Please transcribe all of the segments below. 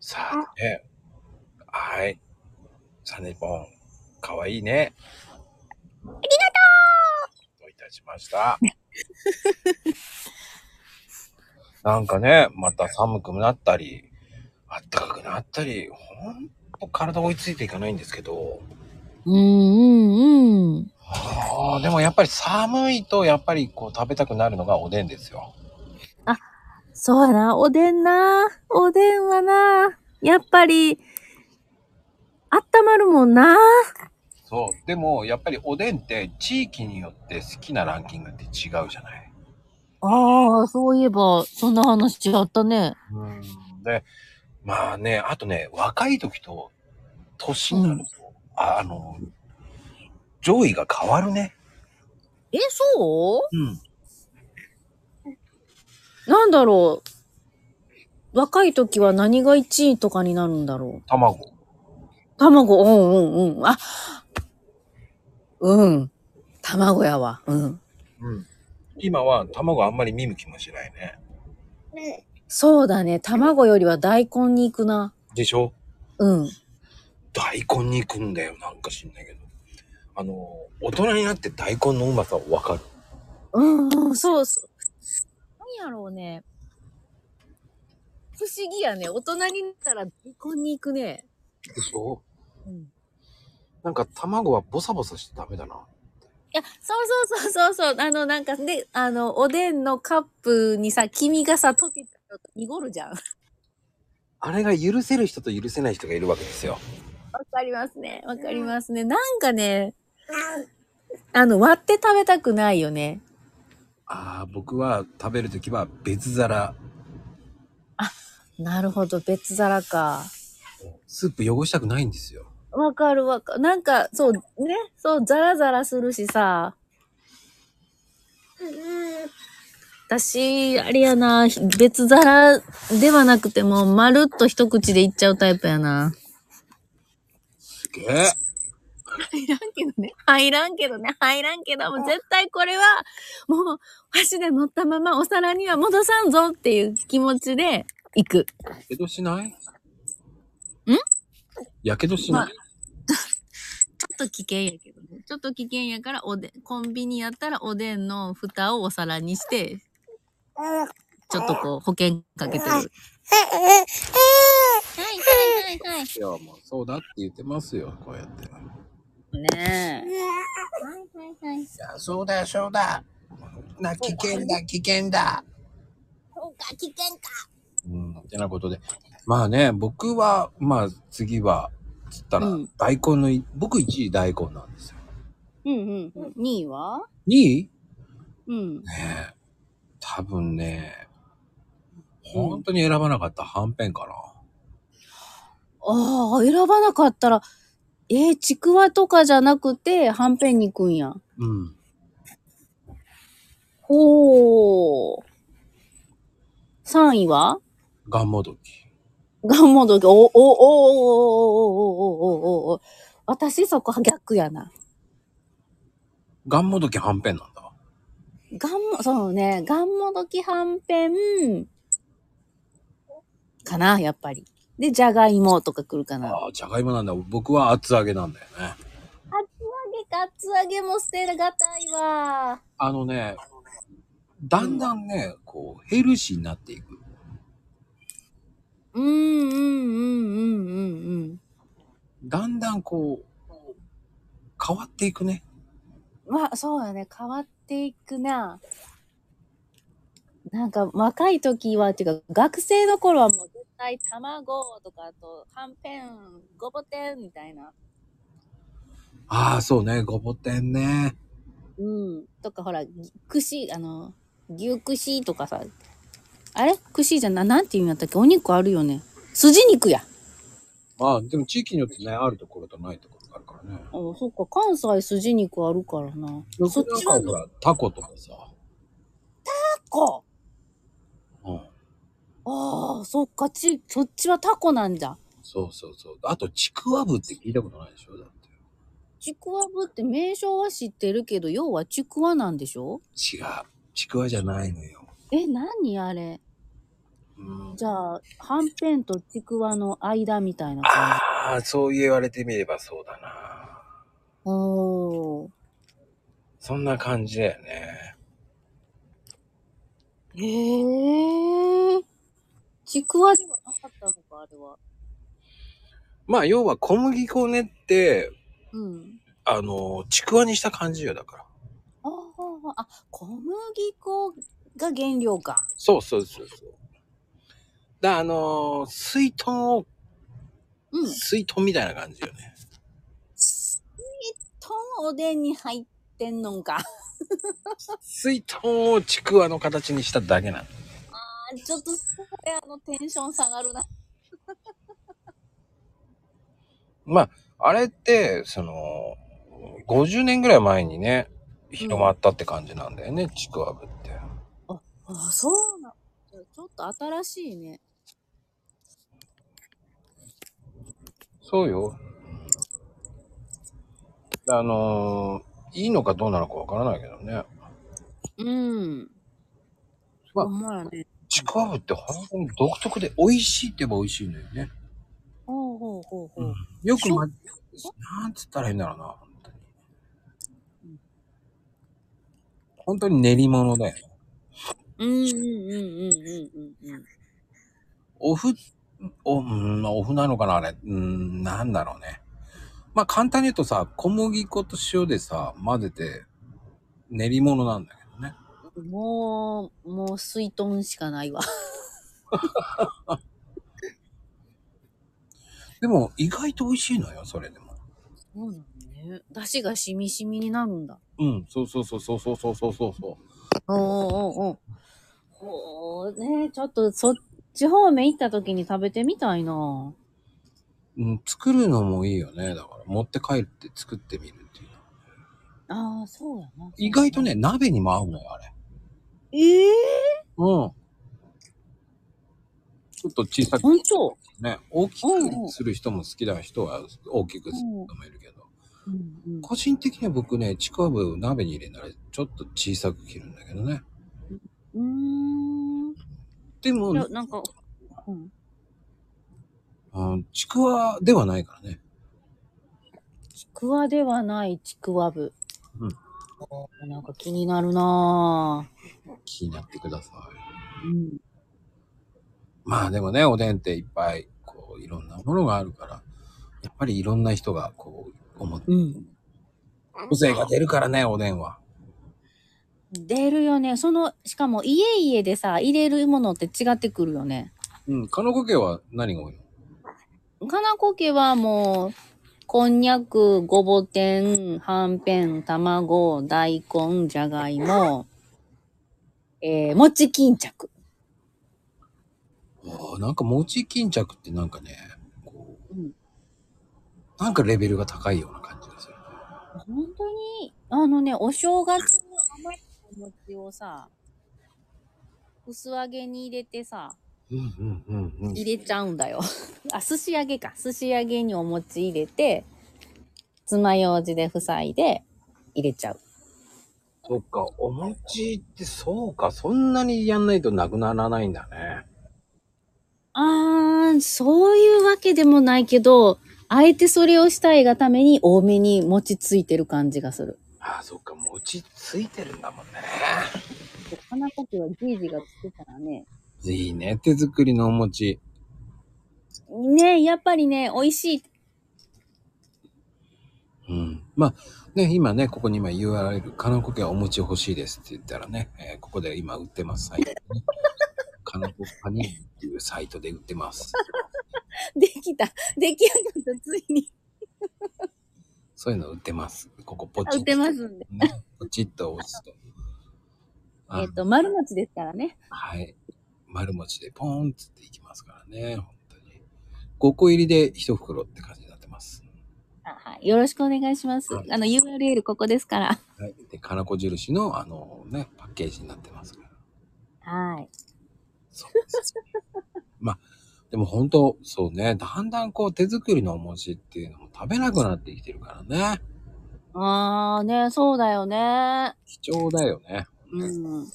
さあね。はい。サネポン、かわいいね。ありがとどういたしました。 なんかね、また寒くなったり、暖かくなったり、ほんと体追いついていかないんですけど、ううんうんうん。あーでもやっぱり寒いと、やっぱりこう食べたくなるのがおでんですよ。そうやな、おでんな。おでんはな、やっぱり、あったまるもんな。そう。でもやっぱりおでんって地域によって好きなランキングって違うじゃない。ああ、そういえば、そんな話あったね。うん。で、まあね、あとね、若い時と、年になると、ああの、上位が変わるね。え、そうん。うなんだろう。若い時は何が1位とかになるんだろ卵。う。卵、うんうんうん。あ、うん。卵やわ。うん。うん。今は卵あんまり見向きもしないね。そうだね。卵よりは大根に行くな。でしょうん。大根に行くんだよ。なんか知んないけど。あの、大人になって大根のうまさをわかる。うんうん、そうそう。何やろうね。不思議やね。大人になったら大根に行くね。でしょうん。いなんか卵はボサボサしてダメだな。や、そうそうそうそうそう。あの、なんか、で、あの、おでんのカップにさ、黄身がさ、溶けたら濁るじゃ ん。わあれが許せる人と許せない人がいるわけですよ。かりますね。わかりますね。なんかね、あの、割って食べたくないよね。ああ、僕は食べるときは別皿。なるほど、別皿か。スープ汚したくないんですよ。わかるわかる。なんか、そう、ね、そう、ザラザラするしさ。私、あれやな、別皿ではなくても、まるっと一口でいっちゃうタイプやな。すげえ。入らんけどね。入らんけどね。入らんけど、もう絶対これは、もう、箸で乗ったままお皿には戻さんぞっていう気持ちで行く。やけどしないんやけどしない、ちょっと危険やけどね。ちょっと危険やから、おでん、コンビニやったらおでんの蓋をお皿にして、ちょっとこう、保険かけてる。はいはいはいはい。いや、もうそうだって言ってますよ、こうやって。いねえ。はいはいはい。や、そうだよ、そうだ。な、危険だ、危険だ。そうか、危険か。うん、ってなことで。まあね、僕は、まあ次は、つったらうん、大根のい、僕1位大根なんですよ。うんうん。2位は2位うん。ねえ多分ね、本当に選ばなかったはんぺんかな。ああ、選ばなかったら、えー、ちくわとかじゃなくて、はんぺんに行くんや。うん。ほー。3位はがんもどき。がんもどき、お、お、お、お、お、お、お、お、お、私そこ逆やな。がんもどきはんぺんなんだ。がんも、そうね、がんもどきはんぺん、かな、やっぱり。で、じゃがいもとか来るかな。厚ああ、じゃがいもなんだ。僕は厚揚げなんだよね。揚げか、厚揚げも捨てがたいわ。あのね、だんだんね、こう、ヘルシーになっていく。うん、うん、うん、うん、うん、だんだんこう、変わっていくね。うん。まあ、そうやね、変わっていくな。なんか、若い時は、っていうか、学生の頃はもう絶対卵とか、あと、はんぺん、ごぼ天みたいな。ああ、そうね、ごぼ天ね。うん。とか、ほら、ぎ串、あの、牛串とかさ、あれ串じゃな、なんて意味だったっけお肉あるよね。筋肉や。ああ、でも地域によってね、あるところとないところがあるからね。あ、そっか、関西筋肉あるからな。そっちなはんかほら、タコとかさ。タコうん。ああ、そっか、ち、そっちはタコなんじゃ。そうそうそう。あと、ちくわぶって聞いたことないでしょだって。ちくわぶって名称は知ってるけど、要はちくわなんでしょ違う。ちくわじゃないのよ。え、何あれうんじゃあ、はんぺんとちくわの間みたいな感じ。ああ、そう言われてみればそうだな。おー。そんな感じだよね。へえ。ちくわではなかったのか、あれは。まあ、要は小麦粉を練って、うん。あの、ちくわにした感じよ、だから。あーあ、小麦粉が原料か。そうそうそうそう。だあのー水豚を、うん。水豚みたいな感じよね。スイートンおでんに入ってんのんか。水豚をちくわの形にしただけなの。あちょっとそれあのテンション下がるな。まあ、あれって、その、50年ぐらい前にね、広まったって感じなんだよね、ちくわぶって。あ、そうな。じゃあちょっと新しいね。そうよ。あのーいいのかどうなのかわからないけどね。うん。まあほんまやね。ちくわぶって本当に独特で美味しいって言えば美味しいんだよね。ほうほうほうほう。よくま、なんつったらいいんだろうな、本当に。本当に練り物だよね。うんうんうんうんうんうんうん。おふ、お、うん、おふなのかな、あれ。うん、なんだろうね。まあ簡単に言うとさ、小麦粉と塩でさ、混ぜて練り物なんだけどね。もう、もう水豚しかないわ。でも意外と美味しいのよ、それでも。そうなのね。出汁がしみしみになるんだ。うん、そうそうそうそうそうそうそうそうそおーおーおーおーねえちょっとそっち方面行った時に食べてみたいな。う。うん、作るのもいいよね。だから持って帰って作ってみるっていう。ああ、そうやな。意外とね、。鍋にも合うのよ、あれ。ええうん。ちょっと小さー、くほんとね、大きうんうくんする人も好きな人は大きくする人もいるけど、うんうん個人的には僕ね、ちくわぶを鍋に入れたらちょっと小さく切るんだけどね。うーん。でもい、や、なんか、うん。うんちくわではないからね。ちくわではないちくわぶ。うんうん。なんか気になるなぁ。気になってください。うん。まあでもね、おでんっていっぱい、こう、いろんなものがあるから、やっぱりいろんな人が、こう、思って、うん。個性が出るからね、おでんは。出るよね。その、しかも家々でさ、入れるものって違ってくるよね。うん、かのこ家は何が多いのかなこ家はもう、こんにゃく、ごぼ天、はんぺん、卵、大根、じゃがいも、えー、餅巾着。あーなんか餅巾着ってなんかね、こう、うんなんかレベルが高いような感じがする。本当に、あのね、お正月の甘いお餅をさ、薄揚げに入れてさ、うんうんうんうん。入れちゃうんだよ。 あ、寿司揚げか。寿司揚げにお餅入れて、爪楊枝で塞いで入れちゃう。そっか、お餅ってそうか、そんなにやんないとなくならないんだね。あー、そういうわけでもないけど、あえてそれをしたいがために多めに餅ついてる感じがする。ああ、そっか、餅ついてるんだもんね。花こきはじいじが作ったらね。いいね、手作りのお餅。ねやっぱりね、美味しい。 うん。まあ、ね、今ね、ここに今 URL、かなこ家はお餅欲しいですって言ったらね、えーここで今売ってます、サイ トでね。かなこパニーニっていうサイトで売ってます。できた。出来上がった、ついに。そういうの売ってます。ここポチッあ売ってますんで。ね、ポチッと押すと。あえっ、と、丸餅ですからね。はい。丸餅でポーンっつっていきますからね。本当に。5個入りで1袋って感じになってます。あはい。よろしくお願いしますはい。あの、URL ここですから。はい。で、金子印の、あのね、パッケージになってますから。はい。そうです。まあ、でも本当、そうね、だんだんこう手作りのお餅っていうのも食べなくなってきてるからね。ああ、ね、そうだよね。貴重だよね。うん。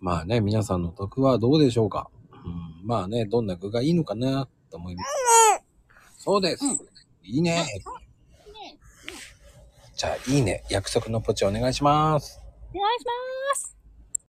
まあね、皆さんの得はどうでしょうかうん、まあね、どんな具がいいのかなと思います。そうです。うんいいね。じゃあ、いいね。約束のポチお願いします。お願いします。